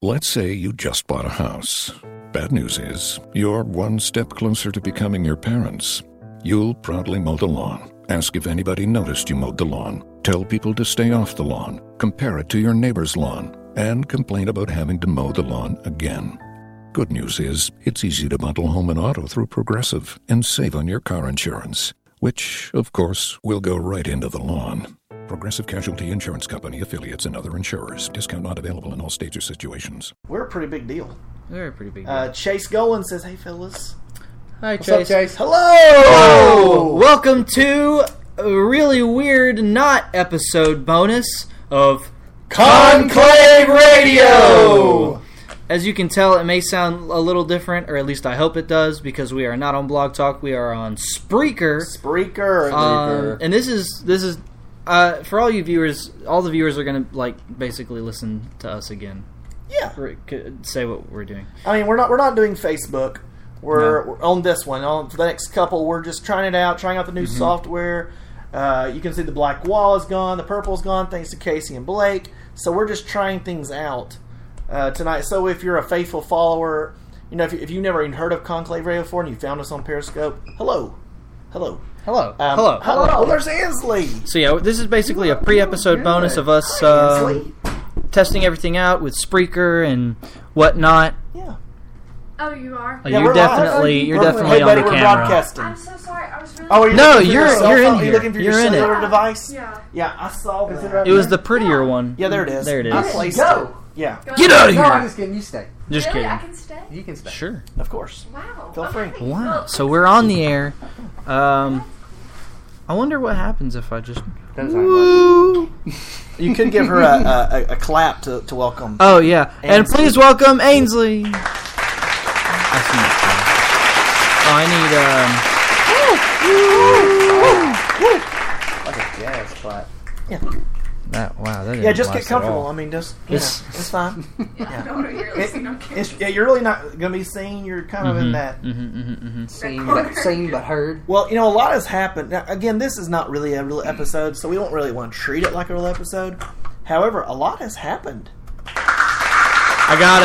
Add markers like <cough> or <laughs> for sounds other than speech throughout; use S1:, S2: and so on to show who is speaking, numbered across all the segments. S1: Let's say you just bought a house. Bad news is, you're one step closer to becoming your parents. You'll proudly mow the lawn, ask if anybody noticed you mowed the lawn, tell people to stay off the lawn, compare it to your neighbor's lawn, and complain about having to mow the lawn again. Good news is, it's easy to bundle home and auto through Progressive and save on your car insurance, which, of course, will go right into the lawn. Progressive Casualty Insurance Company, affiliates, and other insurers. Discount not available in all states or situations.
S2: We're a pretty big deal.
S3: They're a pretty big.
S2: Uh, Chase Golan says, "Hey fellas,
S3: Hi,
S4: What's up,
S3: Chase.
S4: Chase?
S2: hello.
S3: Welcome to a really weird not episode bonus of
S4: Conclave Radio!
S3: As you can tell, it may sound a little different, or at least I hope it does, because we are not on Blog Talk. We are on Spreaker.
S2: Spreaker.
S3: Um, and this is this is uh, for all you viewers. All the viewers are gonna like basically listen to us again.
S2: yeah,
S3: Or c- Say what we're doing.
S2: I mean, we're not we're not doing Facebook. We're,
S3: No.
S2: we're on this one. On for the next couple, we're just trying it out, trying out the new
S3: Mm-hmm.
S2: software. Uh, you can see the black wall is gone, the purple's gone, thanks to Casey and Blake. So we're just trying things out uh, tonight. So if you're a faithful follower, you know if, you- if you've never even heard of Conclave Radio before and you found us on Periscope, hello, hello,
S3: Hello.
S2: Um,
S3: hello.
S2: hello. There's Ansley.
S3: So yeah, this is basically a pre-episode bonus of us uh,
S2: Ansley.
S3: testing everything out with Spreaker and whatnot.
S2: Yeah.
S5: Oh, you are.
S3: Uh,
S2: Yeah,
S3: you're
S2: we're live.
S3: definitely you're
S2: We're-
S3: definitely
S2: hey, buddy,
S3: on the
S2: we're
S3: camera.
S2: broadcasting.
S5: I'm so sorry. I was really.
S2: Oh, are you
S3: No,
S2: looking for your
S3: you're-
S2: cell
S3: you're in
S2: phone? Are you
S3: here.
S2: looking for
S3: You're
S2: your
S3: in it.
S2: cellular device?
S5: Yeah.
S2: Yeah, I saw that.
S3: It was the prettier one.
S2: yeah, there it is.
S3: There it
S2: I
S3: is.
S2: placed
S4: Go.
S2: it. Yeah,
S5: Go
S3: Get
S5: ahead.
S3: out of
S4: No, I'm
S3: here.
S4: just kidding. You stay.
S3: Just
S5: really?
S3: kidding.
S5: I can stay.
S4: You can stay.
S3: Sure.
S2: of course.
S5: Wow. Oh,
S2: Feel
S5: okay.
S2: free.
S3: Wow.
S5: Well,
S3: So we're on the air. Um, I wonder what happens if I just.
S4: Don't sound like-
S2: You could give her a, a, a clap to, to welcome.
S3: Oh yeah, and
S2: Ainsley.
S3: please welcome Ainsley. I see. Oh, um, I
S4: like a jazz clap.
S3: need um. That wow. That
S2: yeah,
S3: didn't
S2: just
S3: last
S2: get
S3: at
S2: comfortable.
S3: all.
S2: I mean, just you
S3: It's-
S2: know, it's fine.
S5: I don't know you're listening. I'm kidding.
S2: It's, yeah, you're really not gonna be seen. You're kind of in that.
S4: Seen but, seen but heard.
S2: Well, you know, a lot has happened. Now, again, this is not really a real episode, so we don't really want to treat it like a real episode. However, a lot has happened.
S3: I got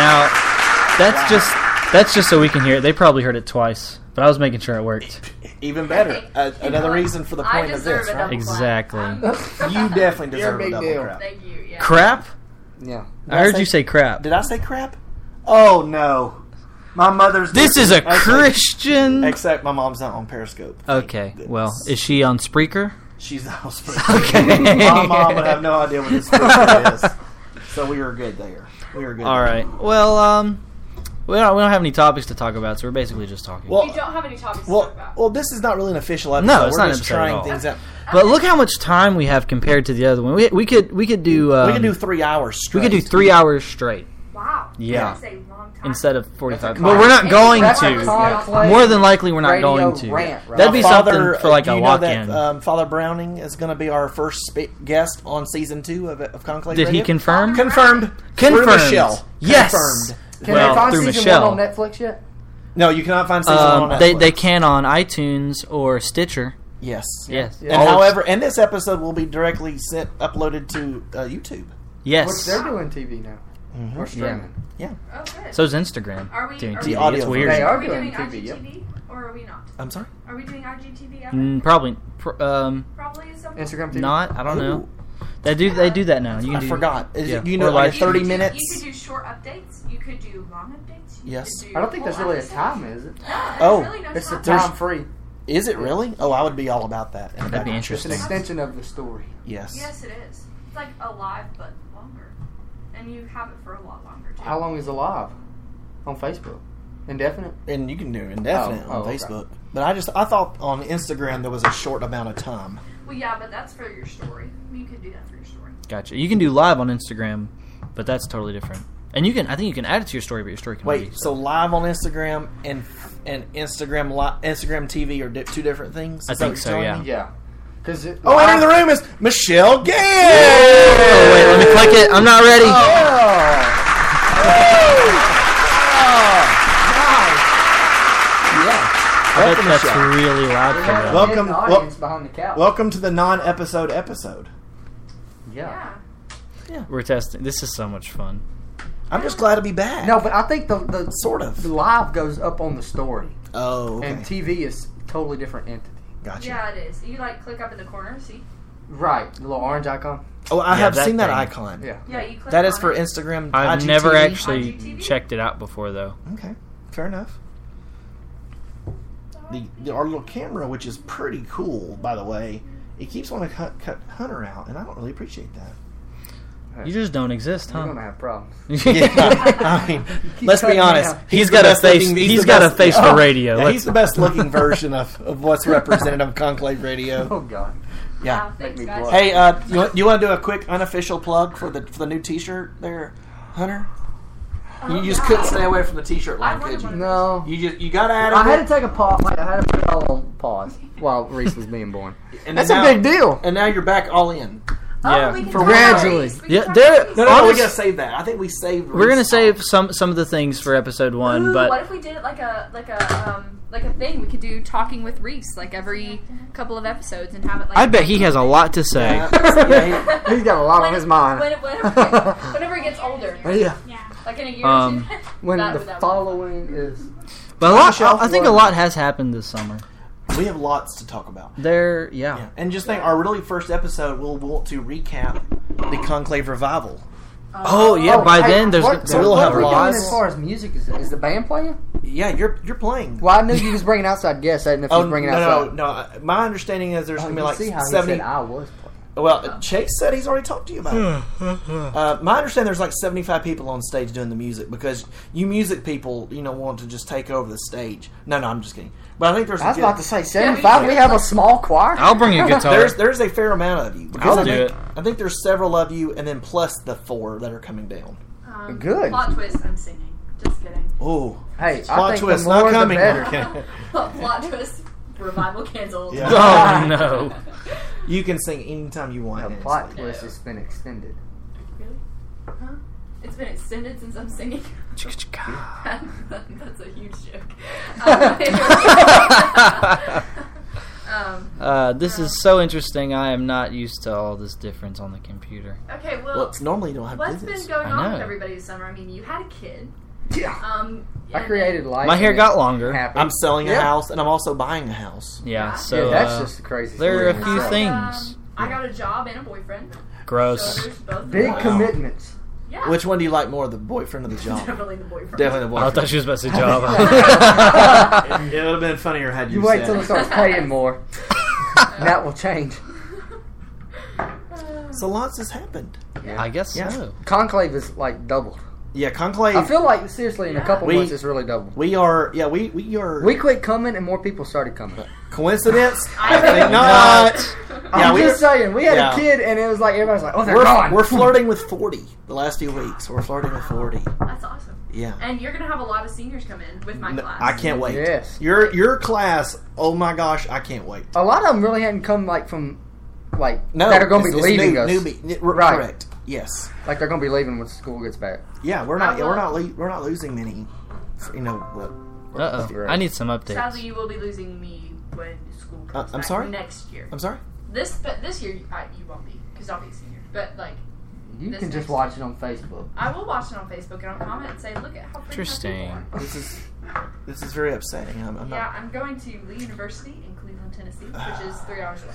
S3: it. Now, now, that's just that's just so we can hear it. They probably heard it twice, but I was making sure it worked.
S2: Even better. A, another reason for the
S5: I
S2: point of
S5: deserve
S2: this,
S5: a
S2: right?
S5: double clap.
S3: Exactly.
S5: I'm- <laughs>
S2: You definitely deserve
S4: You're a
S2: a
S4: big
S2: double
S4: deal.
S2: crap.
S5: Thank you. Yeah.
S3: Crap.
S4: Yeah.
S3: I heard you
S2: say-
S3: say crap.
S2: Did I say crap? Oh no, my mother's.
S3: This is a
S2: Actually,
S3: Christian. Oh.
S2: Except my mom's not on Periscope.
S3: Okay. Well,
S2: Goodness.
S3: is she on Spreaker?
S2: She's the
S3: <laughs>
S2: house my mom would have no idea what this Periscope is. So we are good there. We are good.
S3: All
S2: there.
S3: right. Well, um, we don't, we don't have any topics to talk about, so we're basically just talking.
S5: You
S2: Well,
S5: don't have any topics to talk
S2: well,
S5: about.
S2: well. This is not really an official episode.
S3: No, it's
S2: We're
S3: not an
S2: just
S3: episode at
S2: trying
S3: all.
S2: things out.
S3: but look how much time we have compared to the other one. We, we could we could do um,
S2: we can do three hours
S3: we
S2: straight.
S3: could do three hours straight
S5: wow.
S3: Yeah.
S5: That's a long time.
S3: instead of forty five.
S4: That's a
S3: But we're not
S5: con-
S3: going
S5: that's a
S3: to.
S5: con-
S3: More than likely, we're not
S4: Radio
S3: going to.
S4: rant, right?
S3: That'd be
S2: Father, uh,
S3: something for like
S2: do
S3: a
S2: you
S3: walk
S2: know that,
S3: in.
S2: Um, Father Browning is going to be our first spe- guest on season two of, of Conclave.
S3: Did he
S2: Radio.
S3: confirm?
S2: confirmed?
S3: Confirmed.
S2: Through Michelle.
S3: Yes.
S2: Confirmed.
S4: Can
S3: Well,
S4: they find
S3: through
S4: season
S3: Michelle.
S4: one on Netflix yet?
S2: No, you cannot find season one.
S3: Um,
S2: On
S3: they
S2: Netflix.
S3: they can on iTunes or Stitcher.
S2: Yes.
S3: Yes.
S4: Yeah.
S2: And
S3: All of-
S2: however, and this episode will be directly sent uploaded to uh, YouTube.
S4: Which
S3: yes.
S4: they're doing TV now. Or streaming.
S5: Oh, good.
S3: So is Instagram.
S5: Are we-
S3: doing
S5: are
S3: TV.
S5: we-
S2: The audio
S3: It's
S2: thing.
S3: weird.
S4: They
S5: are
S4: are
S5: we
S4: doing
S5: doing
S4: TV, yep.
S5: IGTV or are we not?
S2: I'm sorry.
S5: Are we doing IGTV? ever?
S3: Mm, probably pr- um,
S5: Probably is something.
S4: Instagram TV.
S3: not. I don't know.
S2: Ooh.
S3: They do they do that now. You can
S2: I
S3: do,
S2: forgot. Is
S3: yeah.
S2: it, you
S3: Or
S2: know, like
S3: live
S5: You could
S2: 30
S5: do- You
S2: minutes.
S5: could do short updates. You could do long updates. You
S2: Yes.
S5: could
S4: I don't think
S5: full
S4: there's really a
S5: episodes.
S4: time, is it?
S5: No, <gasps> there's
S2: Oh,
S5: really no
S4: It's a
S5: time.
S4: time free.
S2: Is it really? Oh, I would be all about that. In the
S3: That'd be
S2: background.
S4: It's an
S3: interesting.
S4: extension of the story.
S2: Yes.
S5: Yes, it is. It's like alive but longer, and you have it for a lot longer too.
S4: How long is Alive? On Facebook. Indefinite?
S2: And you can do it indefinite
S4: Oh,
S2: on
S4: oh, okay.
S2: Facebook. But I just I thought on Instagram there was a short amount of time.
S5: Well, yeah, but that's for your story. You could do that for your story.
S3: Gotcha. You can do live on Instagram, but that's totally different. And you can I think you can add it to your story, but your story can
S2: Wait,
S3: Be,
S2: so live on Instagram and and Instagram li- Instagram TV are di- two different things.
S3: I
S2: Is that
S3: think
S2: what
S3: so.
S2: you're
S3: Yeah.
S2: telling me?
S4: Yeah. Because
S2: Oh, entering the room is Michelle Gale.
S3: Oh, wait, let me click it. I'm not ready.
S2: Oh.
S3: I bet
S2: Welcome,
S3: that's
S2: Michelle.
S3: really loud for them.
S2: Welcome-
S4: Welcome. The audience behind the couch.
S2: Welcome to the non-episode episode.
S4: Yeah.
S3: We're testing. This is so much fun.
S2: I'm just glad to be back.
S4: No, but I think the the
S2: Sort of.
S4: the live goes up on the story,
S2: Oh, okay.
S4: and TV is totally different entity.
S2: gotcha.
S5: Yeah, it is. You like click up in the corner, see?
S4: Right, the little orange icon.
S2: Oh, I
S3: Yeah,
S2: have
S3: that
S2: seen that
S3: thing.
S2: icon.
S4: Yeah.
S5: Yeah, you click
S2: That is
S5: on
S2: for
S5: it.
S2: Instagram.
S3: I've
S2: IGTV.
S3: never actually
S5: IGTV?
S3: checked it out before though.
S2: Okay, fair enough. The, the our little camera, which is pretty cool, by the way, it keeps wanting to cut, cut Hunter out, and I don't really appreciate that.
S3: You just don't exist,
S4: You're
S3: <laughs>
S4: gonna
S3: huh?
S4: have problems.
S2: I mean, let's be
S4: cutting
S2: honest.
S4: out.
S3: He's
S2: the
S3: got a
S2: best
S3: face-
S2: looking-
S3: he's
S2: the
S3: got a
S2: best-
S3: face for
S2: yeah.
S3: radio.
S2: Yeah,
S3: Let's-
S2: he's the best looking version of, of
S3: <laughs>
S2: what's represented on Conclave Radio.
S4: Oh God.
S2: Yeah.
S5: Wow, thanks,
S4: me
S5: guys.
S4: blush.
S2: Hey, uh, you, want- you want to do a quick unofficial plug for the for the new T-shirt there, Hunter? You
S5: Oh,
S2: just
S5: yeah.
S2: couldn't stay away from the T-shirt
S5: I
S2: line,
S5: wanted
S2: could you?
S5: one.
S4: No.
S2: You just you got out of
S4: I
S2: it,
S4: had to take a pause. I had to put it all on pause while Reese was being
S2: <laughs>
S4: born.
S2: and
S4: That's
S2: then
S4: a
S2: now-
S4: big deal.
S2: And now you're back all in.
S5: Oh,
S3: Yeah.
S5: we can
S4: For
S5: talk
S4: gradually.
S5: about these. We
S3: Yeah,
S5: can talk
S3: there-
S2: No,
S5: about these.
S2: no, no, we
S3: Honest-
S2: gotta save that. I think we saved.
S3: We're gonna
S2: Reese's
S3: save
S2: song.
S3: some some of the things for episode one,
S5: Ooh,
S3: but
S5: what if we did it like a like a um like a thing? We could do talking with Reese like every couple of episodes and have it like.
S3: I bet he has a lot to say.
S2: Yeah, <laughs> yeah, he-
S4: He's got a lot
S5: <laughs>
S4: on
S5: When-
S4: his mind.
S5: When, whenever, whenever he gets older,
S4: yeah.
S5: like in a year
S3: Um,
S5: or two. <laughs>
S4: When
S5: That-
S4: the
S5: that would-
S4: following is
S3: But a lot,
S2: Michelle
S3: I, I think a
S2: Floyd.
S3: lot has happened this summer.
S2: we have lots to talk about.
S3: There, yeah.
S2: Yeah. And just think, our really first episode, we'll want to recap the Conclave revival.
S3: Oh yeah.
S4: Oh,
S3: by
S4: hey,
S3: then, there's
S4: what,
S2: so
S4: what
S2: we'll have
S4: are we doing
S2: lives.
S4: As far as music is, is the band playing?
S2: Yeah, you're you're playing.
S4: Well, I knew you was bringing outside guests. I didn't know if you
S2: Oh
S4: was
S2: no,
S4: bringing
S2: no,
S4: outside.
S2: no! I- My understanding is there's
S4: Oh,
S2: gonna be
S4: you
S2: like
S4: see how he
S2: seventy.
S4: said "Ah, I was playing.
S2: Well, Chase said he's already talked to you about it.
S4: <laughs>
S2: uh, my understanding there's like seventy five people on stage doing the music because you music people, you know, want to just take over the stage. No, no, I'm just kidding. But I think there's
S4: I was
S2: a
S4: about to
S2: good-
S4: say seventy-five. We have a small choir.
S3: I'll bring
S4: <laughs>
S3: you a guitar.
S2: There's there's a fair amount of you. because
S3: I'll
S2: I
S3: do
S2: think,
S3: it.
S2: I think there's several of you, and then plus the four that are coming down.
S5: Um,
S4: Good.
S5: plot twist. I'm singing. Just kidding.
S2: Oh,
S4: Hey, I
S2: plot
S4: think
S2: twist
S4: the
S2: not
S4: more
S2: coming.
S4: the
S3: <laughs>
S4: better.
S2: Okay.
S5: <laughs> plot twist. Revival canceled.
S2: Yeah.
S3: oh no.
S2: you can sing anytime you want.
S4: The
S2: It's
S4: plot
S2: like-
S4: twist has been extended.
S5: <laughs> Really? Huh? It's been extended since I'm singing. That's a huge joke. Um,
S3: <laughs>
S5: <laughs>
S3: Uh, this is so interesting. I am not used to all this difference on the computer.
S5: okay, well,
S2: Well, it's normally you don't have
S5: what's
S2: business.
S5: been going
S3: I
S5: on with
S3: know.
S5: everybody this summer? I mean, you had a kid.
S4: Yeah.
S5: Um,
S4: I
S5: and-
S4: created life.
S3: My
S4: and
S3: hair
S4: it
S3: got longer.
S4: Happened.
S2: I'm selling a
S4: Yeah.
S2: house, and I'm also buying a house.
S3: Yeah.
S5: Yeah,
S3: So
S4: yeah, that's
S3: uh,
S4: just the crazy.
S3: there are a
S4: story in
S3: few
S5: I,
S4: itself.
S3: things.
S5: um, I got a job and a boyfriend. So
S3: gross.
S4: <laughs>
S5: there's both
S4: Big
S5: of us.
S4: commitments.
S5: Yeah. <laughs>
S2: Which one do you like more, the boyfriend or the job?
S5: Definitely the boyfriend.
S2: Definitely the
S3: I
S2: boyfriend.
S3: thought she was about to say job.
S2: it would have been funnier had
S4: You wait till it starts paying more. <laughs>
S3: <laughs>
S4: that will change.
S5: Uh,
S2: So lots has happened.
S3: I guess so.
S4: Conclave is like doubled.
S2: Yeah, Conclave.
S4: I feel like seriously in a couple
S2: We-
S4: months it's really doubled.
S2: we are. Yeah, we we are.
S4: We quit coming and more people started coming.
S2: coincidence?
S5: <laughs> I
S2: I think
S5: think
S2: not. Yeah,
S4: I'm
S2: we-
S4: just saying, we had
S2: yeah.
S4: a kid and it was like everybody's like, oh, they're
S2: We're,
S4: gone. <laughs>
S2: we're flirting with forty. The last few weeks, we're flirting
S5: <laughs>
S2: with <laughs> forty.
S5: That's awesome.
S2: Yeah.
S5: And you're gonna have a lot of seniors come in with my
S2: No,
S5: class.
S2: I can't wait.
S4: Yes.
S2: Your your class. Oh my gosh, I can't wait.
S4: a lot of them really hadn't come like from like
S2: No,
S4: that are going to be
S2: it's- it's
S4: leaving
S2: new-
S4: us.
S2: newbie- n- r-
S4: Right.
S2: Correct. Yes.
S4: Like they're going to be leaving when school gets back.
S2: Yeah, we're not.
S5: I will-
S2: We're not. le- We're not losing many. You know. uh,
S3: Uh oh. I need some
S5: Sadly,
S3: updates.
S5: you will be losing me when school comes
S2: Uh, I'm
S5: back
S2: sorry?
S5: next year.
S2: I'm sorry.
S5: This but this year I, you won't be because I'll be a senior. But like
S4: You
S5: This
S4: can
S5: next-
S4: just watch it on Facebook.
S5: I will watch it on Facebook and I'll comment and say, look at how pretty my
S3: Interesting.
S5: people are."
S2: This is this is very upsetting. I'm, I'm
S5: Yeah,
S2: not.
S5: I'm going to Lee University in Cleveland, Tennessee, which is three hours away.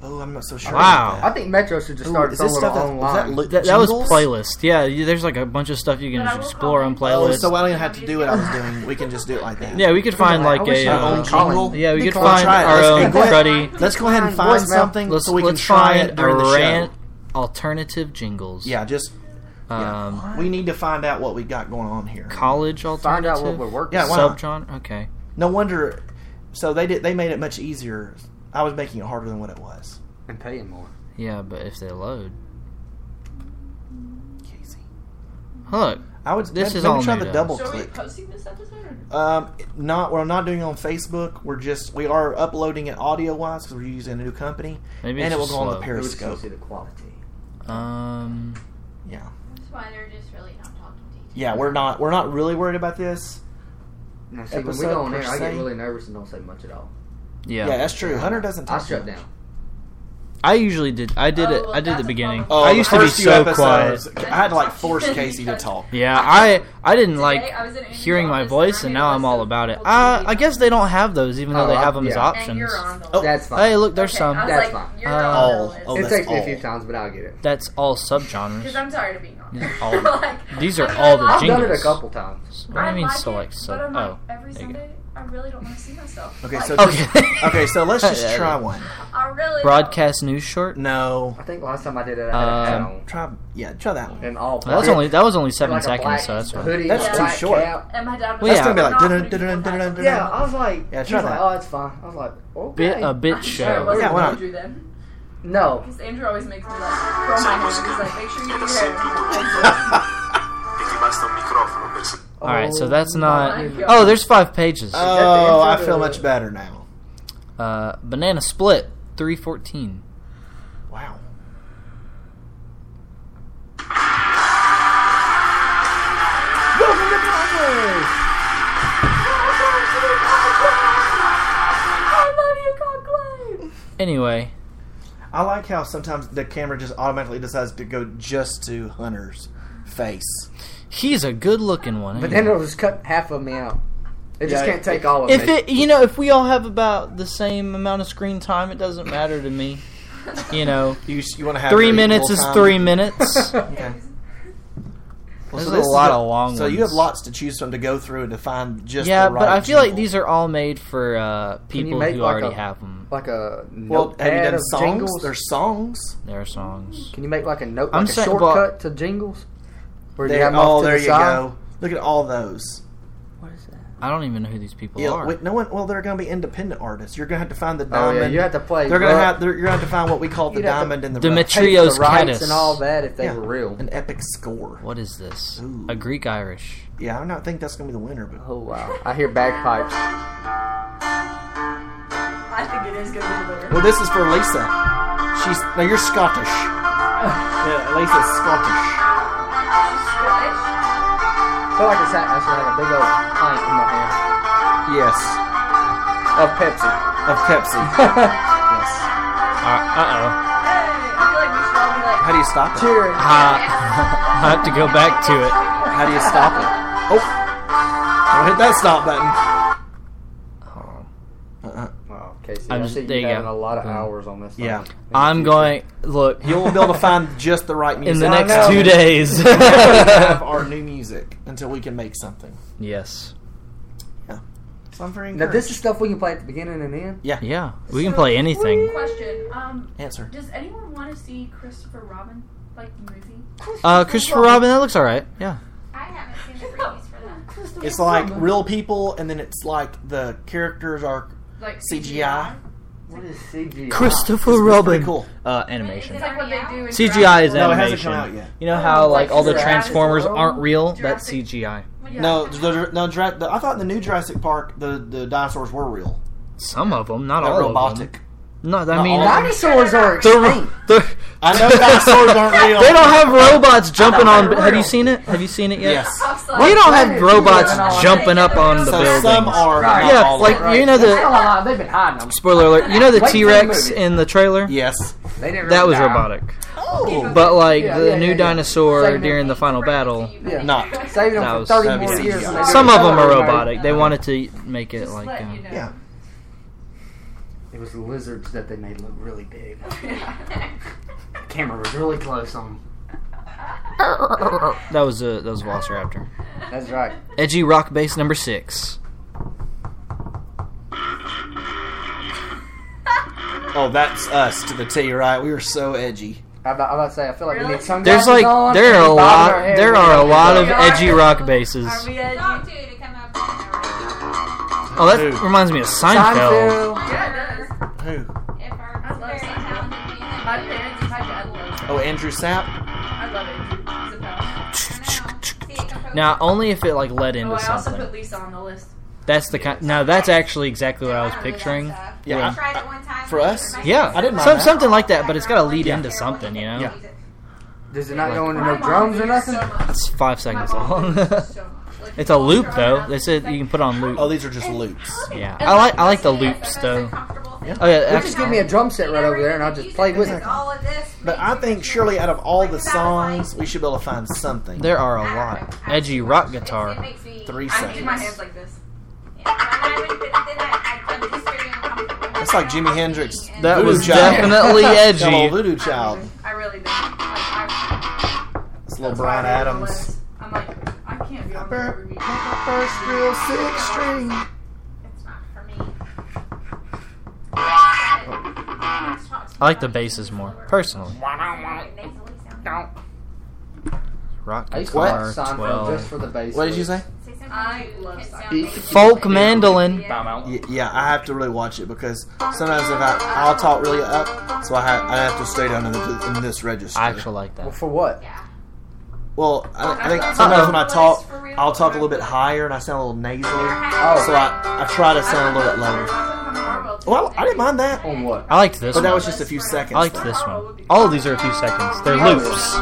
S2: Oh, I'm not so sure.
S3: Wow.
S2: about
S4: I
S2: that.
S4: think Metro should just
S2: Ooh,
S4: start
S2: is
S4: its own
S2: this
S4: little
S2: stuff that, is
S4: online.
S2: that, li-
S3: That, that was
S2: jingles?
S3: playlist. Yeah, you- there's like a bunch of stuff you
S5: But
S3: can
S5: I
S3: just
S5: will
S3: explore on
S5: call-
S2: Oh,
S3: playlist.
S2: so I don't even have to do what I
S5: <laughs>
S2: was doing. We can just do it like that.
S3: yeah, we could find
S4: I
S3: like
S4: wish
S3: a
S4: I
S2: our
S4: uh,
S2: own jingle.
S3: yeah, we
S2: Let's
S3: could
S2: go
S3: find
S2: try it.
S3: our
S2: Let's-
S3: own
S2: hey, go ahead-
S3: cruddy.
S2: Let's go ahead and find
S4: voicemail.
S2: something
S3: Let's
S2: so we can
S3: let's
S2: try
S3: find
S2: it during the
S3: rant
S2: show.
S3: alternative jingles.
S2: Yeah, just
S3: Um,
S2: we need to find out what we got going on here.
S3: college
S4: Find
S3: alternative.
S4: out what we're working.
S2: Yeah,
S4: on.
S2: why not?
S3: subgenre. Okay.
S2: No wonder. So they did. They made it much easier. I was making it harder than what it was.
S4: and paying more.
S3: Yeah, but if they load,
S2: Casey,
S3: look.
S2: I would.
S3: This
S2: maybe,
S3: is
S2: maybe
S3: all
S2: try
S3: new
S2: the
S3: to
S2: double
S5: So are we
S2: click.
S5: posting this episode? Or?
S2: Um, not we're not doing it on Facebook. We're just we are uploading it audio wise because we're using a new company,
S3: Maybe
S2: and
S3: it's
S2: it will go
S3: just
S2: on the
S3: slow.
S4: We would still
S2: Periscope.
S4: see the quality.
S3: Um,
S2: Yeah,
S5: That's why they're just really not talking to each
S2: yeah. We're not we're not really worried about this.
S4: Now, see, when we
S2: Episode
S4: go on there,
S2: per
S4: I get
S2: se.
S4: really nervous and don't say much at all.
S3: yeah.
S2: Yeah, that's true. Hunter doesn't.
S4: I
S2: talk
S4: shut
S2: much.
S4: down.
S3: I usually did. I did
S5: Oh,
S3: it.
S5: well,
S3: I did the
S5: that's a
S3: beginning.
S5: problem.
S2: Oh,
S3: I
S2: the
S3: used to be
S2: first few
S3: so
S2: episodes,
S3: quiet.
S2: I had to like force Casey to talk.
S3: Yeah, I I didn't like
S5: I was in an
S3: hearing my
S5: office
S3: voice,
S5: and
S3: and
S5: I
S3: now I'm all
S5: realized
S3: about it.
S5: that
S3: Uh,
S5: people
S3: I guess they don't have those, even though
S4: Oh,
S3: they
S4: I-
S3: have them as
S5: And
S4: yeah.
S3: options.
S5: you're on
S2: Oh,
S5: the
S4: That's fine.
S3: Hey, look, there's
S5: okay, I
S3: some.
S5: was
S4: That's
S5: like,
S4: fine.
S5: You're
S3: Uh,
S5: on the
S2: All.
S5: list.
S2: Oh,
S4: it
S2: that's
S4: takes me a few
S2: all.
S4: times, but I'll get it.
S3: That's all
S5: <laughs> Because
S3: subgenres.
S5: I'm tired of being on
S3: Yeah,
S5: there. <laughs>
S3: all-
S5: Like,
S3: these are
S5: I
S3: all the
S5: like-
S4: I've
S3: jingles.
S4: done it a couple times.
S3: What do
S5: I
S3: you mean
S5: like
S3: still
S5: it,
S3: like
S5: but
S3: sub?
S5: I'm like,
S3: Oh,
S5: every
S3: there you go.
S5: Sunday, I really don't want to see myself.
S2: Okay,
S5: Like,
S2: so
S3: Okay.
S4: <laughs>
S2: Okay, so let's just
S3: Yeah,
S2: try
S3: yeah.
S2: one.
S5: I
S3: <laughs>
S5: really
S3: Broadcast news short.
S2: No,
S4: I think last time I did it, I had a hat
S3: Um,
S4: on.
S2: try yeah, try that
S3: <laughs>
S2: one.
S4: And all
S3: That was
S4: black.
S3: only that was only seven
S4: Like a black
S3: seconds, so that's fine.
S4: hoodie,
S2: That's
S4: a
S5: too
S4: black
S2: short.
S4: cap.
S5: don't- And my dad
S3: Well,
S5: was like,
S3: yeah. That's
S2: gonna be
S5: "We're
S2: like,
S5: not
S2: dun-dun,
S5: gonna do
S2: dun-dun,
S5: that."
S2: dun-dun,
S4: Yeah, I was like,
S2: Yeah,
S4: he
S2: try
S4: was like,
S2: that.
S4: oh, that's fine. I was like, okay.
S3: Bit a bit
S5: Sure, it
S3: show.
S5: wasn't
S2: Yeah, why not?
S5: Andrew then.
S4: No.
S5: Because Andrew always makes me like, throw my hand. He's like, make sure you do your hair.
S6: Rimasta un microfono per sentire.
S3: All right, so that's
S5: my
S3: not.
S5: God.
S3: Oh, there's five pages. Uh,
S2: Oh, I
S4: That's the
S2: feel
S4: intro to-
S2: much better now.
S3: banana split three fourteen.
S2: Wow.
S4: Welcome to Congress!
S5: I love you, Conclave.
S3: Anyway,
S2: I like how sometimes the camera just automatically decides to go just to Hunter's face.
S3: he's a good looking one.
S4: But
S3: ain't
S4: then
S3: he?
S4: it'll just cut half of me out. It just
S2: Yeah,
S4: can't take all of
S3: if
S4: me.
S3: it, you know, if we all have about the same amount of screen time, it doesn't matter to me. <laughs> You know,
S2: You, you want to have
S3: three
S2: equal
S3: minutes is
S2: time?
S3: three
S2: <laughs>
S3: minutes.
S2: Okay.
S3: There's
S2: so
S3: a
S2: this is
S3: lot of long
S2: So you have
S3: ones.
S2: lots to choose from to go through and to find just.
S3: yeah,
S2: the right
S3: but I feel like
S2: jingle.
S3: these are all made for uh,
S4: you
S3: people
S4: make
S3: who
S4: like
S3: already
S4: a-
S3: have them.
S4: like a
S2: Well,
S4: notepad
S2: have you done
S4: of
S2: songs?
S4: jingles.
S2: There's songs.
S3: Their songs.
S4: Can you make like a note,
S3: I'm
S4: like a
S3: saying- well-
S4: shortcut to jingles? Where you
S2: There,
S4: have 'em off
S2: oh,
S4: to
S2: there
S4: the
S2: you
S4: side?
S2: go. Look at all those.
S4: What is that?
S3: I don't even know who these people
S2: Yeah,
S3: are.
S2: wait, no one. Well, they're going to be independent artists. You're going to have to find the
S4: Oh,
S2: diamond.
S4: yeah, you have to play.
S2: They're going to
S4: rough.
S2: have. They're, you're going to have to find what we call the
S4: You'd have to-
S2: diamond in the rough.
S3: Dimitri-
S4: pay for the
S3: Trios
S4: rights
S3: Caddis.
S4: and all that if they
S2: Yeah,
S4: were real.
S2: An epic score.
S3: What is this?
S2: Ooh.
S3: A Greek Irish.
S2: Yeah, I don't think that's going to be the winner, but
S4: Oh wow! I hear bagpipes.
S5: <laughs> I think it is going to be the winner.
S2: well, this is for Lisa. She's no, you're
S4: <laughs>
S2: Scottish. yeah, Lisa's Scottish.
S5: Scottish?
S4: I feel like it's that I should have a big old pint in my hand
S2: Yes,
S4: of Pepsi.
S2: of Pepsi. yes.
S3: Uh oh.
S5: Hey, I feel like we should all be like,
S2: How do you stop it?
S4: <laughs>
S3: <laughs>
S4: Cheering.
S3: I have to go back to
S5: <laughs>
S3: it.
S2: How do you stop it? Oh, don't hit that stop button.
S3: Oh.
S2: Uh-uh.
S4: Oh, Casey,
S3: I'm
S4: I
S3: just-
S4: see you
S3: there you
S4: having
S3: go.
S4: a lot of
S3: Boom.
S4: hours on this.
S2: Yeah.
S4: thing.
S3: I'm going. Look,
S2: You won't be able to find just the right music.
S3: in the
S4: I
S3: next
S4: know.
S3: two
S2: <laughs>
S3: days.
S2: We have our new music until we can make something.
S3: <laughs> yes.
S2: So I'm very
S4: Now
S2: encouraged.
S4: this is stuff we can play at the beginning and end.
S2: yeah.
S3: Yeah, we can play anything.
S5: Question. Um,
S2: Answer.
S5: does anyone want to see Christopher Robin? Like, the movie?
S3: Uh, Christopher Robin, that looks all right. Yeah.
S7: I haven't seen
S5: <laughs>
S7: the previews for that.
S2: It's like real people, and then it's like the characters are
S5: Like,
S2: CGI.
S4: What is CG?
S3: Christopher
S2: It's- it's
S3: Robin.
S2: pretty cool.
S3: Uh,
S5: It's
S3: animation.
S5: like what they do in
S3: CGI is
S5: Jurassic World.
S2: No, it hasn't
S3: animation.
S2: come out yet.
S3: You know how like all the Transformers aren't real? That's
S5: Jurassic-
S3: CGI.
S5: Yeah.
S2: No, the, no. Jura- the- I thought in the new Jurassic Park the, the dinosaurs were real,
S3: Some of them, not
S2: not
S3: all of
S2: robotic.
S3: them. No, I mean,
S2: all of
S4: Dinosaurs are
S3: they're,
S4: extinct.
S3: they're-
S2: I know dinosaurs aren't real.
S3: <laughs> they don't have robots jumping
S4: they're
S3: on. Have
S4: real.
S3: you seen it? Have you seen it yet?
S2: Yes.
S3: We don't have
S4: planet
S3: robots
S4: is it on?
S3: jumping up on the
S2: So
S3: buildings.
S2: some are.
S4: Right.
S2: not
S3: Yeah,
S2: all of
S3: like
S2: them.
S4: Right.
S3: you know
S4: They're still
S3: the
S4: alive. They've been hiding them.
S3: spoiler alert. You know the
S4: Wait till
S3: T
S4: the
S3: Rex
S4: movie.
S3: in the trailer.
S2: Yes.
S4: They didn't
S3: That
S4: really
S3: was
S4: die.
S3: robotic.
S2: Oh.
S3: But like
S4: Yeah,
S3: the
S4: yeah,
S3: new
S4: yeah, yeah.
S3: dinosaur
S4: Saving
S3: during the final battle,
S4: Yeah.
S2: Not.
S4: Saving them
S3: That
S4: for
S3: was-
S4: thirty
S2: that'd be
S4: more
S2: CGI.
S4: years. than they
S3: some
S4: did
S3: of them are
S4: Terminator.
S3: robotic. They wanted to make it
S5: Just
S3: like
S5: let
S3: uh,
S5: you know.
S2: Yeah.
S4: It was lizards that they made look really big. The camera was really
S3: <laughs>
S4: close on.
S3: that was a that was Velociraptor.
S4: That's right.
S3: Edgy rock bass number six.
S2: Oh, that's us to the T, right? We were so edgy.
S4: I about, I about to say I feel like we need
S5: Really?
S4: sunglasses
S3: There's like
S4: on,
S3: there
S4: and
S3: are a
S4: bobbing
S3: lot
S4: our head.
S3: there are a lot of
S5: We are.
S3: edgy rock
S5: Are
S3: basses.
S5: we edgy?
S7: Talk to to come up with
S3: Oh, that
S2: Dude.
S3: reminds me of Seinfeld.
S4: Seinfeld.
S5: Yeah, it does.
S2: Who?
S7: an error. If
S5: I
S7: our
S5: love
S7: very
S5: Seinfeld.
S7: talented people
S5: My parents and my dad love it.
S2: Oh, Andrew Sapp.
S5: I love it. He's a pal.
S3: Now only if it like led
S5: Oh,
S3: into
S5: I also
S3: something.
S5: put Lisa on the list.
S3: That's the kind. Now that's actually exactly what I was picturing.
S2: Yeah.
S7: I tried it one time.
S2: For us?
S3: Yeah,
S2: I didn't mind
S3: Some,
S2: that.
S3: something like that, but it's got to lead into something, you know.
S2: Yeah.
S4: Does it not
S5: Like,
S4: go into
S5: my
S4: no
S5: mom
S4: drums or
S5: did
S4: nothing?
S5: So much.
S3: It's five
S5: My
S3: seconds
S5: mom
S3: long. <laughs>
S5: did so much. Like,
S3: it's a loop
S5: growing
S3: though.
S5: up,
S3: They said you can put it on loop.
S2: Oh, these are just loops.
S3: Yeah, I like I like the loops though. Oh yeah,
S4: Well, just
S3: actually,
S4: give me a drum set right over there, and I'll just play with it.
S7: All of this
S2: But I think surely out of all the songs, we should be able to find something.
S3: there are a lot. Edgy rock guitar.
S2: Three
S5: I do
S2: seconds.
S5: my hands like this.
S2: It's like Jimi Hendrix.
S3: That
S2: Voodoo
S3: was
S2: Child.
S3: definitely
S2: That old
S3: edgy.
S2: voodoo child.
S5: I really do. Like, I,
S2: It's little Brian Adams.
S5: I'm like, I can't be on
S2: Burnt
S5: the
S2: my first real six string.
S7: It's not for me.
S3: I like the basses more, personally.
S7: Nasally sound.
S3: Rock
S4: I used to like
S3: guitar
S4: Seinfeld just
S3: twelve.
S4: for the bass.
S2: What did you say?
S7: Say something
S5: I
S7: you
S5: love
S7: can
S5: that.
S7: sound
S4: Beat.
S7: nasally.
S3: Folk mandolin.
S2: Y- Yeah, I have to really watch it because sometimes if I I'll talk really up, so I have, I have to stay down in, the, in this register.
S3: I actually like
S4: Well,
S3: that.
S4: for what?
S7: Yeah.
S2: well, I, I think
S5: Uh-oh.
S2: sometimes when I talk,
S7: For real.
S2: I'll talk a little bit higher and I sound a little nasally,
S4: Oh.
S2: so I, I try to sound a little bit lower. Well, I didn't mind that,
S4: On what?
S3: I liked this
S2: but that
S3: one.
S2: was just a few
S3: I
S2: seconds.
S3: liked this one. All of these are a few seconds. They're loops.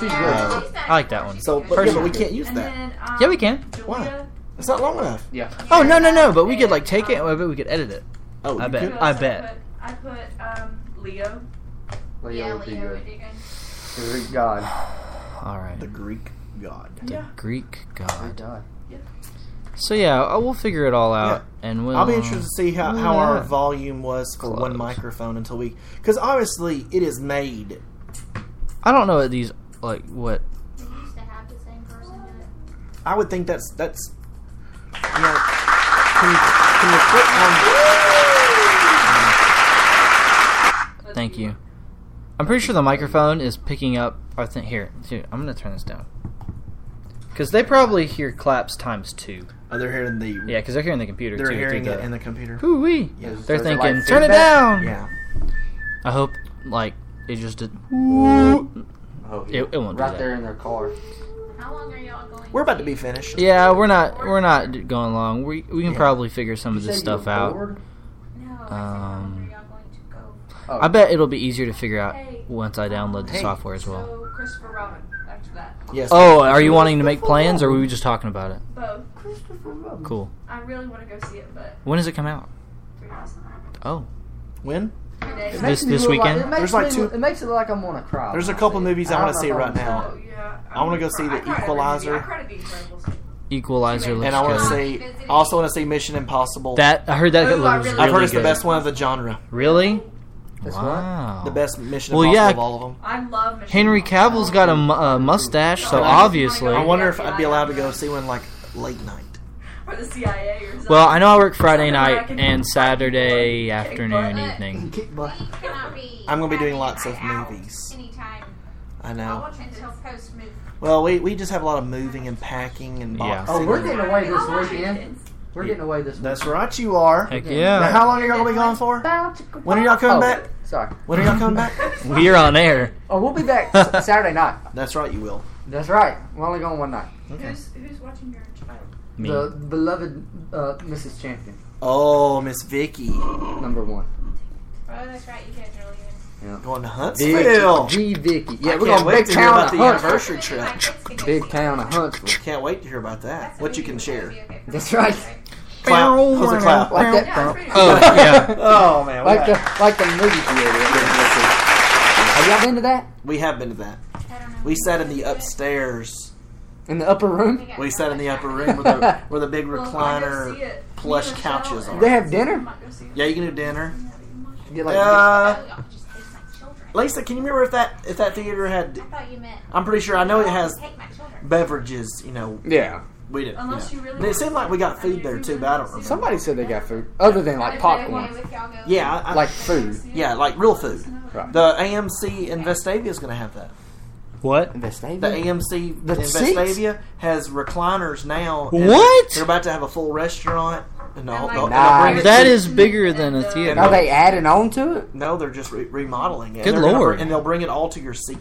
S4: She's good.
S2: Uh,
S3: I like that one.
S2: so, but, yeah, but we
S3: Personally.
S2: can't use
S5: And
S2: that.
S5: then, um,
S3: Yeah, we can.
S2: Why? It's not long enough.
S4: Yeah.
S3: Oh no no no! But we could like take it. and we could edit it.
S2: Oh,
S3: I
S2: you
S3: bet.
S2: could-
S3: I bet.
S5: I put, I put um, Leo.
S4: Leo
S7: Yeah,
S4: would be
S7: Leo would
S4: good.
S7: do good.
S4: The
S3: <sighs>
S4: Greek god.
S3: All right.
S2: The Greek god.
S3: The Greek
S4: Greek
S3: god.
S4: god.
S3: So yeah, uh, we'll figure it all out, and we'll.
S2: I'll be interested to see how, how
S3: Uh, Yeah.
S2: our volume was for
S3: Close.
S2: one microphone until we, because obviously it is made.
S3: I don't know what these like what.
S7: We used to have the same person do it.
S2: I would think that's that's. You know, can you, can you click on?
S3: Thank you. I'm pretty sure the microphone is picking up our thing here. Dude, I'm gonna turn this down. Cause they probably hear claps times two.
S2: Oh, they're hearing the.
S3: Yeah, cause they're hearing the computer
S2: they're
S3: too.
S2: hearing
S3: through
S2: it in the computer.
S3: Hoo-wee.
S2: Yeah.
S3: They're
S4: Does it
S3: thinking,
S4: like
S3: turn it down.
S4: feedback?"
S2: Yeah.
S3: I hope like it just did.
S4: Oh,
S3: It, it won't do
S4: right
S3: that.
S4: there in their car.
S7: How long are y'all going?
S2: We're about to be finished.
S3: Yeah, we're not we're not d- going long. We we can probably figure some of
S4: You
S3: this
S4: said you were
S3: stuff out.
S4: bored?
S7: No, I said how
S3: Um,
S7: long are y'all going to go?
S4: Oh.
S3: I bet it'll be easier to figure out
S5: Hey.
S3: once I download the
S2: Hey.
S3: software as well.
S5: So Christopher Robin after that.
S2: Yes.
S3: Oh, are you wanting to make plans, or were we just talking about it?
S5: Both.
S3: Cool.
S5: I really want to go see it, but
S3: When does it come out?
S5: three hours.
S3: Oh,
S2: When?
S5: Three days.
S4: It makes
S3: This-
S4: me
S3: this
S4: look
S3: weekend?
S4: Like, it makes
S2: There's like
S4: me-
S2: two-
S4: It makes it look like I'm on a crowd.
S2: There's a couple movies I want to see right now,
S5: Oh, yeah.
S2: I wanna go see The
S5: I cried at
S2: Equalizer.
S5: I cried at The Incredibles.
S3: Equalizer looks
S2: and I want to
S3: good.
S2: see. Also, want to see Mission Impossible.
S3: that I heard that
S5: Ooh, I
S3: was
S5: really-
S3: really
S2: I've heard it's
S3: good.
S2: the best one of the genre.
S3: Really?
S4: This one?
S3: wow.
S2: The best Mission
S3: Well,
S2: Impossible
S3: yeah.
S2: of all of them.
S5: I love Michelle.
S3: Henry Cavill's got a mu- uh, mustache, so
S5: I-
S3: obviously.
S2: I
S5: Like,
S2: wonder
S5: yeah,
S2: if
S5: yeah,
S2: I'd be
S5: yeah.
S2: allowed to go see one like late night.
S5: Or the CIA or something.
S3: Well, I know I work Friday night and Saturday afternoon,
S5: <laughs>
S3: evening.
S4: Kick butt.
S7: We cannot be
S2: I'm gonna be doing
S7: having
S2: lots of
S7: night out
S2: movies.
S7: Anytime
S2: I
S7: I
S2: know.
S7: want until post move.
S2: Well, we, we just have a lot of moving and packing and
S3: Yeah.
S2: boxing.
S4: Oh, we're
S2: and-
S4: getting away this weekend. We're getting away this
S2: That's right, you are.
S3: Heck
S2: Now,
S3: yeah,
S2: how long are y'all gonna be gone for?
S4: weekend.
S2: When are y'all coming back?
S4: Oh, Sorry.
S2: When are y'all coming back?
S4: <laughs>
S3: we're on air.
S4: Oh, we'll be back s- <laughs> Saturday night.
S2: That's right, you will.
S4: That's right. We're only going one night.
S5: Who's, who's watching your child?
S3: Me.
S4: The beloved uh, Mrs. Champion,
S2: Oh, Miss Vicky,
S4: number one.
S7: Oh, that's right. You guys are leaving.
S2: going to Huntsville.
S4: G. Vicky.
S2: I
S4: Yeah,
S2: can't
S4: we're going
S2: wait
S4: big
S2: to hear
S4: town
S2: about
S4: to
S2: the
S4: Huntsville.
S2: anniversary trip.
S4: Big town to Huntsville.
S2: Can't wait to hear about that. What you can share?
S4: That's right.
S2: Clap. Who's a clap?
S4: Like that.
S5: Yeah, it's pretty
S3: Oh <laughs> yeah.
S2: Oh man, we, have,
S4: Like the like the movie theater. Have y'all been to that?
S2: we have been to that. We sat in the upstairs.
S4: In the upper room?
S2: We sat in the upper room where the,
S4: <laughs>
S2: where the big recliner. plush couches are.
S4: They have dinner?
S2: Yeah, you can do dinner.
S4: Get like
S2: Uh,
S7: Oh, just take my children.
S2: Lisa, can you remember if that if that theater had?
S7: I thought you meant. um,
S2: I'm pretty sure I know it has
S7: Take my children.
S2: beverages. You know,
S4: yeah.
S2: we did.
S5: Unless you really
S2: It seemed like we got food there too, but I don't remember.
S4: Somebody said they got food other than like popcorn,
S7: With y'all go.
S2: Yeah, I, I,
S4: like food.
S2: yeah, like real food.
S4: Right.
S2: The AMC in Vestavia is going to have that.
S3: What?
S2: The
S4: Vestavia?
S2: AMC
S4: The
S2: in
S4: seats?
S2: Vestavia has recliners now. and
S3: What?
S2: They're about to have a full restaurant. And they'll,
S5: like-
S2: they'll- they'll
S4: Nice.
S2: bring it-
S3: That is bigger than a theater.
S4: Are they adding on to it?
S2: no, they're just re- remodeling it.
S3: Good
S2: They're gonna
S3: lord.
S2: bring- and they'll bring it all to your seat.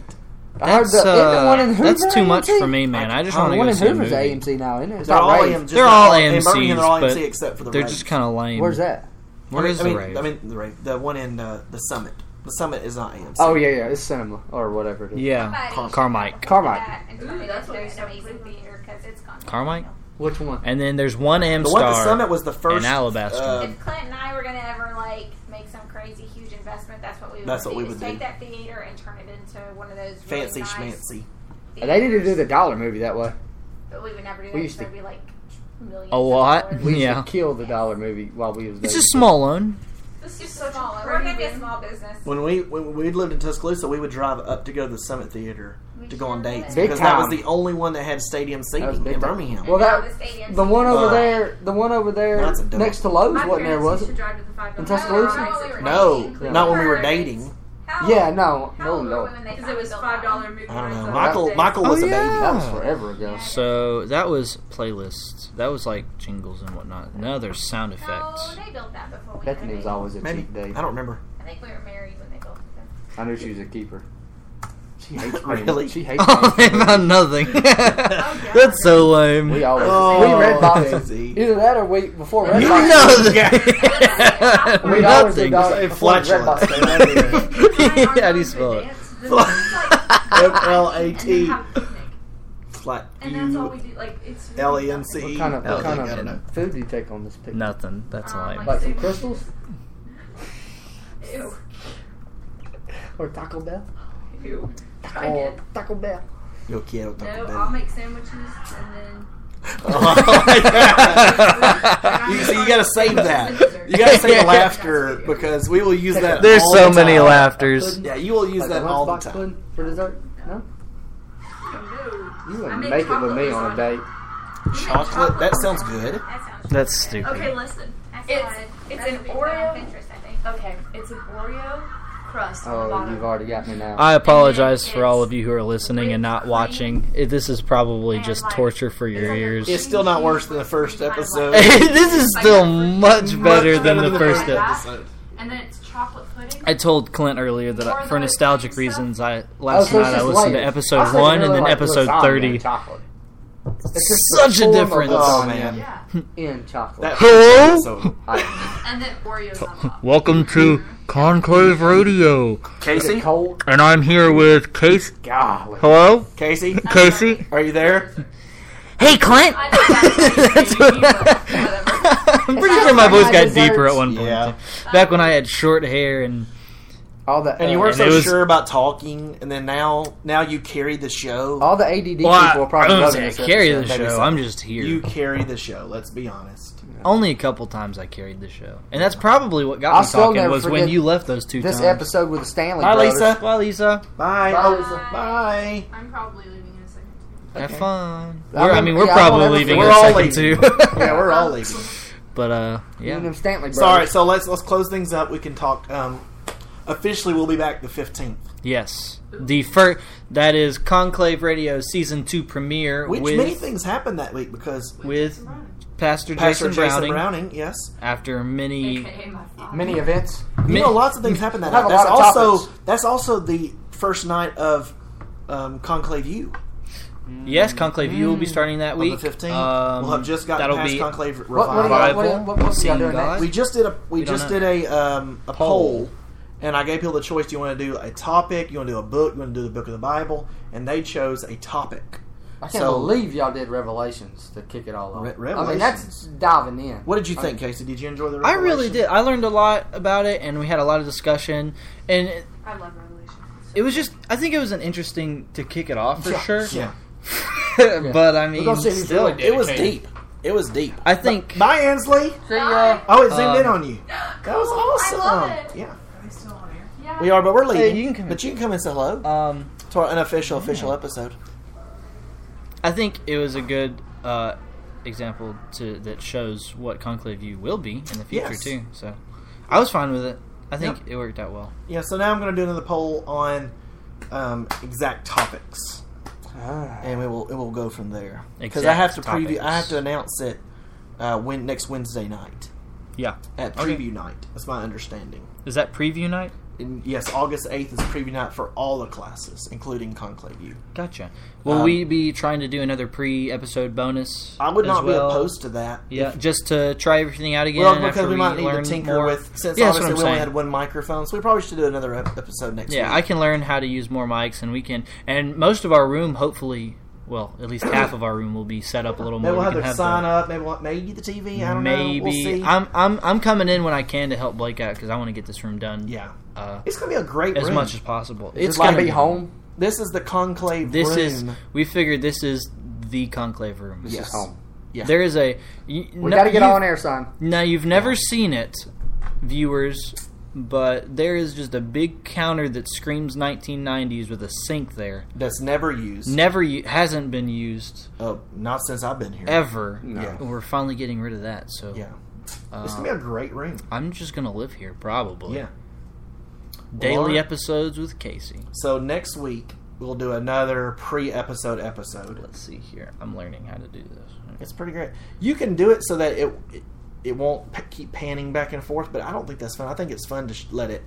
S4: I heard
S3: That's,
S4: the, isn't the one in
S3: uh,
S4: Hoover
S3: that's too much
S4: AMC?
S3: for me, man. I just
S2: Huh,
S4: The
S3: want to
S4: one
S3: go
S4: in
S3: see a
S4: Hoover's
S3: movie.
S4: AMC now, isn't it? It's
S2: They're all,
S4: not
S2: AM,
S4: Ray's.
S2: just
S3: They're
S2: not
S3: all
S2: in Birmingham, they're all
S3: AMCs,
S2: AMC
S3: but
S2: except for the
S3: They're
S2: Rays.
S3: just kind of lame.
S4: Where's that?
S2: I
S3: Where
S2: mean,
S3: is
S2: I mean,
S3: the rave?
S2: I mean, the rave. The one in uh, the Summit. The Summit is not AMC.
S4: Oh yeah, yeah, it's cinema or whatever it is.
S3: yeah,
S7: Somebody
S3: Carmike.
S4: Carmike.
S7: And tell me
S5: Ooh,
S7: that
S5: that's
S7: there's
S5: what
S7: no
S5: I
S7: easy theater because it's gone.
S3: Carmike.
S4: Which one?
S3: And then there's one M
S2: The one at the
S3: star.
S2: Summit was the first.
S3: Alabaster.
S2: uh,
S7: If Clint and I were gonna ever like make some that that's what we would
S2: That's
S7: do,
S2: what we
S7: is
S2: would
S7: take
S2: do.
S7: that theater and turn it into one of those really
S2: Fancy
S7: nice
S2: schmancy.
S4: They need to do
S7: theaters.
S4: the dollar movie that way.
S7: But we would never do that.
S4: We used to-
S7: so it'd be like millions.
S3: A
S7: of
S2: <laughs>
S3: lot?
S7: dollars.
S4: We used
S3: Yeah.
S4: to kill the dollar movie while we was there.
S3: It's a small loan.
S7: This is so small. We're gonna be a small business.
S2: When we when we lived in Tuscaloosa, we would drive up to go to the Summit Theater to go on dates
S4: Big
S2: because that was
S4: time.
S2: the only one that had stadium
S4: That was
S2: seating
S4: big
S2: in
S4: time.
S2: Birmingham.
S4: Well,
S7: Now
S4: that
S7: the stadium's
S4: the one
S7: huge.
S4: over
S2: Uh,
S4: there, the one over there
S2: That's a dumb-
S4: next to Lowe's
S5: My
S4: wasn't there,
S5: parents
S4: was
S5: used
S4: it?
S5: to drive to the five
S4: In
S5: dollar
S3: Oh,
S5: bill.
S4: Tuscaloosa?
S7: No, we were
S2: no,
S4: oh,
S7: dating.
S2: not when we were
S7: Perfect.
S2: dating.
S7: How
S4: Yeah,
S7: old-
S4: no,
S7: how
S4: no,
S7: old
S4: no.
S7: were we when they
S5: Because it
S7: finally
S5: was
S7: built
S5: five dollar movie.
S2: I don't
S5: nights
S2: know.
S5: on
S2: Michael
S5: Wednesdays.
S2: Michael
S3: Oh,
S2: was a baby.
S3: yeah.
S4: That was forever ago.
S3: So that was playlists. That was like jingles and whatnot. Now there's sound effects.
S7: No, they built that before we
S4: Bethany was
S7: were
S4: always a
S2: Maybe
S4: cheap date.
S2: I don't remember.
S7: dating. I think we were married when they built it.
S4: I knew she was a keeper.
S3: <laughs>
S4: She hates me.
S2: Really?
S4: She hates
S3: Oh, they
S4: me.
S2: <laughs>
S3: found nothing. <laughs> That's so lame.
S4: We always
S2: Oh,
S4: we
S2: <laughs>
S3: <laughs>
S4: read boxes.
S2: see.
S4: Either that or we before
S3: You
S4: red box.
S3: know
S2: Yeah.
S3: <laughs> that.
S4: We'd always do
S3: nothing.
S4: dollar
S2: Say
S4: before red box.
S2: <laughs> flatulence.
S3: <laughs> How do you spell it?
S2: F L A
S5: And
S2: T
S5: have a picnic.
S2: flat
S5: And that's all we do. Like it's really
S2: L E N C.
S3: <laughs>
S4: What kind of,
S3: Oh,
S4: what kind
S3: they got
S4: of food do you take on this picture?
S3: Nothing. That's
S4: Oh
S5: Um,
S3: lame.
S4: Like some crystals
S5: nothing. Ew.
S4: or Taco Bell?
S5: Ew. I
S2: Oh.
S4: Or
S5: did.
S4: Taco Bell.
S2: Yo quiero Taco
S5: No,
S2: Bell.
S5: I'll <laughs> make sandwiches and then
S2: <laughs>
S3: Oh,
S2: you, see, you gotta save that. You gotta
S5: <laughs>
S2: save the laughter because we will use that.
S3: There's
S2: all
S3: so
S2: the
S3: many
S2: time.
S3: laughters.
S2: Yeah, you will use
S4: Like
S2: that
S4: a
S2: all the
S4: lunchbox
S2: time.
S4: pudding for dessert? No,
S5: no.
S4: you
S5: I
S4: wouldn't
S5: make
S4: make it with me
S5: chocolate
S4: on a
S5: lasagna.
S4: date.
S2: Chocolate. That sounds good.
S7: That sounds
S3: That's stupid.
S5: Okay, listen.
S7: I saw
S5: It's
S7: it.
S5: it's
S7: Recipe
S5: an
S7: found on
S5: Oreo.
S7: Pinterest, I think.
S5: Okay, it's an Oreo crust on the
S4: Oh,
S5: bottom.
S4: you've already got me now.
S3: I apologize for all of you who are listening and not watching. It- This is probably just torture for your ears.
S2: It's still not worse than the first episode.
S3: <laughs> this is still much better
S2: Much
S3: than the first
S5: episode.
S3: episode.
S5: and then it's chocolate pudding.
S3: I told Clint earlier that I, for nostalgic reasons, I
S4: Oh,
S3: last
S4: so it's
S3: night I
S4: just
S3: listened to
S4: layers. I
S3: episode
S4: thought you
S3: one and
S4: really
S3: then
S4: liked
S3: episode
S4: lasagna
S3: thirty.
S4: in chocolate. It's
S3: Such a
S4: form of
S3: difference.
S2: Oh,
S4: lasagna
S2: man.
S5: yeah,
S4: In chocolate.
S2: That
S3: Hello?
S2: episode.
S3: <laughs>
S4: I,
S5: and then Oreos on top.
S3: Welcome to Conclave Radio,
S4: is it
S2: Casey,
S4: cold?
S3: and I'm here with Casey.
S4: Golly.
S3: Hello,
S2: Casey,
S3: Casey.
S2: are you there?
S3: Hey, Clint.
S5: I know
S3: That's <laughs>
S5: that's
S3: what.
S5: what- whatever.
S3: I'm pretty sure my voice got
S4: Deserts.
S3: deeper at one point.
S2: Yeah.
S3: Back when I had short hair and
S4: All the
S2: And you
S4: uh,
S2: weren't
S3: And it
S2: so
S3: was-
S2: sure about talking, and then now, now you carry the show.
S4: all the ADD
S3: well, I,
S4: people are
S3: I
S4: probably
S3: don't
S4: loving
S3: say I
S4: this
S3: carry the
S4: episode.
S2: maybe
S3: show.
S2: so.
S3: I'm just here.
S2: You carry the show. Let's be honest.
S3: Only a couple times I carried the show, and that's probably what got
S4: I'll
S3: me
S4: still
S3: talking
S4: never
S3: was when
S4: forget
S3: you left those two
S4: This
S3: times.
S4: episode with the Stanley
S2: Bye,
S4: brothers.
S2: Lisa.
S3: Bye, Lisa.
S2: Bye.
S4: Bye,
S2: Oh,
S4: Lisa.
S2: Bye.
S5: I'm probably leaving in a second.
S3: Have
S4: Okay.
S3: fun.
S4: I
S3: We're, I
S4: won't-
S3: mean, we're
S4: yeah, I won't
S3: probably
S4: ever
S3: leaving in
S2: forget-
S3: a
S2: We're all
S3: second too. <laughs>
S2: leaving. Yeah, we're
S5: <laughs>
S2: all leaving.
S3: but uh,
S4: You and
S3: yeah.
S4: them Stanley brothers.
S2: Sorry. So let's let's close things up. We can talk. Um, officially, we'll be back the fifteenth.
S3: Yes, the first that is Conclave Radio season two premiere
S2: Which
S3: with
S2: many things happened that week because
S3: with Pastor,
S2: Pastor
S3: Jason,
S2: Jason Browning.
S3: Browning,
S2: yes,
S3: after many.
S5: AKA my father.
S4: Many events.
S2: you
S3: mi-
S2: know, lots of
S3: <laughs>
S2: things happened that
S4: Have
S2: night.
S4: a
S2: That's
S4: lot of
S2: also
S4: topics.
S2: that's also the first night of um, Conclave U
S3: yes, Conclave. You will
S4: Mm.
S3: be starting that
S2: on
S3: week.
S2: the fifteenth.
S3: Um,
S2: we'll have just gotten
S3: that'll
S2: past
S3: be
S2: Conclave
S4: What, what,
S2: Revival.
S4: do y'all- what, do y'all- what, what,
S3: Seeing
S4: y'all doing
S3: God.
S4: next?
S2: we just did a we,
S3: We don't
S2: just
S3: know.
S2: did a um, a
S3: Poll.
S2: poll. and I gave people the choice: do you want to do a topic? You want to do a book? You want to do the book of the Bible? And they chose a topic.
S4: I can't
S2: so-
S4: believe y'all did Revelations to kick it all off.
S2: Re-
S4: I mean, that's
S2: Revelations.
S4: diving in.
S2: What did you
S4: I
S2: think, Casey? Did you enjoy the?
S3: I really
S2: Revelation?
S3: did. I learned a lot about it, and we had a lot of discussion. And it,
S5: I love Revelation.
S3: it was just, I think it was an interesting to kick it off for
S2: Yeah,
S3: sure. <laughs>
S2: Yeah,
S3: but I mean,
S4: We're gonna see if you
S3: still,
S4: feel
S2: it was deep. It was deep.
S3: I think
S2: Bye, Ansley.
S4: See y'all.
S2: Oh, it zoomed
S3: Um,
S2: in on you. That
S7: <gasps>
S2: was awesome.
S7: love it.
S2: Yeah,
S5: Are they still on air?
S7: Yeah.
S2: we are, but we're leaving.
S3: you can come in.
S2: but you can come and say hello
S3: um,
S2: to our unofficial official episode.
S3: I think it was a good uh, example to that shows what Conclave View will be in the future
S2: Yes.
S3: too. So I was fine with it. I think it worked out well.
S2: Yeah. So now I'm going to do another poll on um, exact topics,
S4: Ah.
S2: and we will it will go from there because I
S3: Exact
S2: have to preview.
S3: topics.
S2: I have to announce it uh, when next Wednesday night
S3: Yeah.
S2: at
S3: Okay.
S2: preview night. That's my understanding.
S3: Is that preview night?
S2: And yes, August eighth is preview night for all the classes, including Conclave U.
S3: Gotcha. Will
S2: Um,
S3: we be trying to do another pre-episode bonus?
S2: I would
S3: as
S2: not
S3: well?
S2: be opposed to that.
S3: Yeah, just to try everything out again.
S2: Well,
S3: after
S2: because we might need to
S3: learn
S2: tinker
S3: more.
S2: with since
S3: Yeah, that's
S2: obviously
S3: what I'm
S2: we only
S3: saying.
S2: had one microphone, so we probably should do another ep- episode next
S3: Yeah, I
S2: week.
S3: can learn how to use more mics, and we can. And most of our room, hopefully, well,
S2: <coughs>
S3: at least half of our room will be set up a little
S2: Maybe we'll
S3: more. We
S2: have
S3: can
S2: their
S3: the-
S2: sign up. Maybe we'll- maybe the TV. I don't know.
S3: maybe
S2: We'll see.
S3: I'm I'm I'm coming in when I can to help Blake out because I want to get this room done.
S2: yeah,
S3: uh,
S2: It's gonna be a great
S3: as
S2: room.
S3: much as possible.
S4: It's
S3: It's
S4: gonna
S3: gonna
S4: be home.
S2: This is the conclave
S3: This
S2: room.
S3: is we figured this is the conclave room.
S4: This
S2: Yes.
S4: is home.
S2: Yeah.
S3: There is a you,
S4: We got to get
S3: you-
S4: on air, son.
S3: Now you've never seen it, viewers, but there is just a big counter that screams 1990s with a sink there.
S2: that's never used.
S3: Never u- hasn't been used
S2: oh, not since I've been here.
S3: ever.
S4: No.
S2: Yeah.
S3: We're finally getting rid of that, so
S2: Yeah. It's
S3: uh,
S2: gonna be a great room.
S3: I'm just gonna live here probably.
S2: Yeah.
S3: Daily
S2: Well,
S3: episodes with Casey.
S2: So next week we'll do another pre-episode episode.
S3: Let's see here. I'm learning how to do this.
S2: It's pretty great. You can do it so that it it, it won't p- keep panning back and forth, but I don't think that's fun. I think it's fun to sh- let it.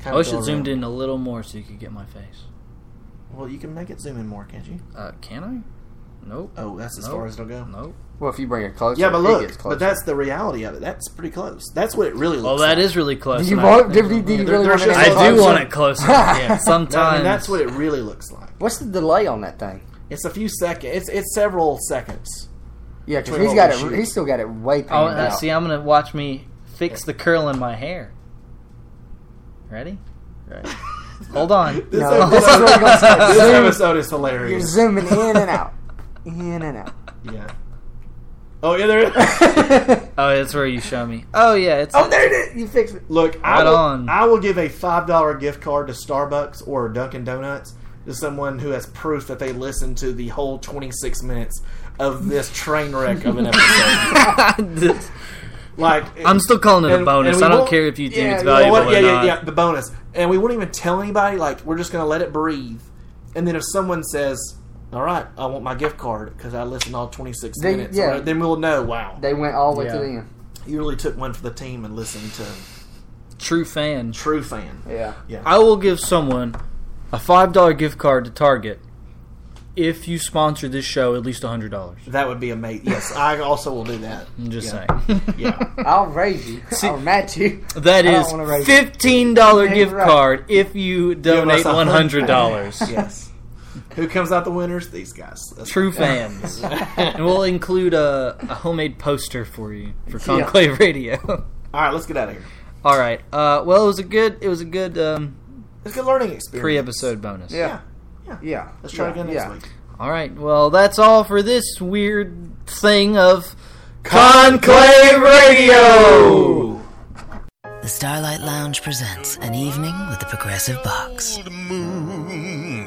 S3: I
S2: Kind
S3: wish it zoomed in a little more so you could get my face.
S2: Well, you can make it zoom in more, can't you?
S3: Uh, can I? Nope.
S4: Uh,
S2: Oh, that's as
S3: Nope.
S2: far as it'll go.
S3: Nope.
S4: Well, if you bring it closer,
S2: Yeah, but
S4: it
S2: look,
S4: gets closer.
S2: but that's the reality of it. That's pretty close. That's what it really
S3: Oh,
S2: looks.
S3: that
S2: like.
S3: is really close.
S4: Do you
S3: and I-
S4: want? Do, do, do you
S2: There-
S4: really
S2: there's
S4: want
S2: just
S4: it?
S3: I
S2: Well,
S3: do
S2: I'm
S3: want
S2: sure-
S3: it closer.
S4: No, <laughs>
S3: yeah,
S2: No, I
S3: sometimes.
S2: mean, that's what it really looks like.
S4: What's the delay on that thing?
S2: It's a few seconds. It's it's several seconds.
S4: Yeah, because
S2: Between
S4: he's
S2: what
S4: got it.
S2: we shoot.
S4: He's still got it way.
S3: Oh,
S4: painted
S3: uh,
S4: out.
S3: see, I'm gonna watch me fix the curl in my hair. Ready? Ready. Hold on.
S2: This,
S4: No,
S2: <laughs> episode,
S4: this is really gonna suck.
S2: this
S4: Zoom.
S2: episode is
S4: You're
S2: hilarious.
S4: zooming in
S3: <laughs>
S4: and out, in and out. <laughs>
S2: Yeah. Oh yeah, there.
S3: Oh, that's where you show me. Oh yeah, it's.
S4: oh, there it is. You fixed it.
S2: Look, I
S3: Right
S2: will,
S3: on.
S2: I will give a five dollar gift card to Starbucks or Dunkin' Donuts to someone who has proof that they listened to the whole twenty six minutes of this train wreck of an episode.
S3: <laughs> This-
S2: like
S3: I'm still calling it
S2: And-
S3: a bonus.
S2: and we
S3: I don't
S2: won't-
S3: care if you think
S4: Yeah,
S3: it's
S4: you know
S2: Well,
S3: valuable
S2: what- yeah,
S3: or
S2: yeah,
S3: not.
S2: yeah, the bonus, and we won't even tell anybody. Like we're just gonna let it breathe, and then if someone says, "All right, I want my gift card because I listened all twenty six
S4: They-
S2: minutes,"
S4: yeah.
S2: or- then we'll know. Wow,
S4: They went all the way
S3: Yeah.
S4: to the end.
S2: you really took one for the team and listened to
S3: True fan.
S2: true fan.
S4: Yeah.
S2: Yeah,
S3: I will give someone a five dollar gift card to Target if you sponsor this show at least hundred dollars.
S2: that would be amazing. Yes, I also will do that.
S3: I'm just
S2: Yeah.
S3: saying.
S2: Yeah.
S4: I'll raise you.
S3: See-
S4: I'll match you.
S3: <laughs> That
S4: I don't
S3: is
S4: wanna raise it.
S3: fifteen dollar
S4: Yeah,
S3: gift
S4: right.
S3: card if you donate
S2: us
S3: one hundred dollars.
S2: yes. <laughs> Who comes out the winners? These guys. That's-
S3: True fans, and we'll include a, a homemade poster for you for Conclave Radio. <laughs>
S2: All right, let's get out of here.
S3: All right. Uh, well, it was a good it was a good um,
S2: It's a good learning experience.
S3: pre episode bonus.
S2: Yeah.
S4: Yeah. Yeah.
S2: Let's try
S4: yeah.
S2: again next
S4: yeah.
S2: week.
S3: All right. Well, that's all for this weird thing of
S2: Conclave Radio.
S8: The Starlight Lounge presents An Evening with the Progressive Box.
S9: Old moon.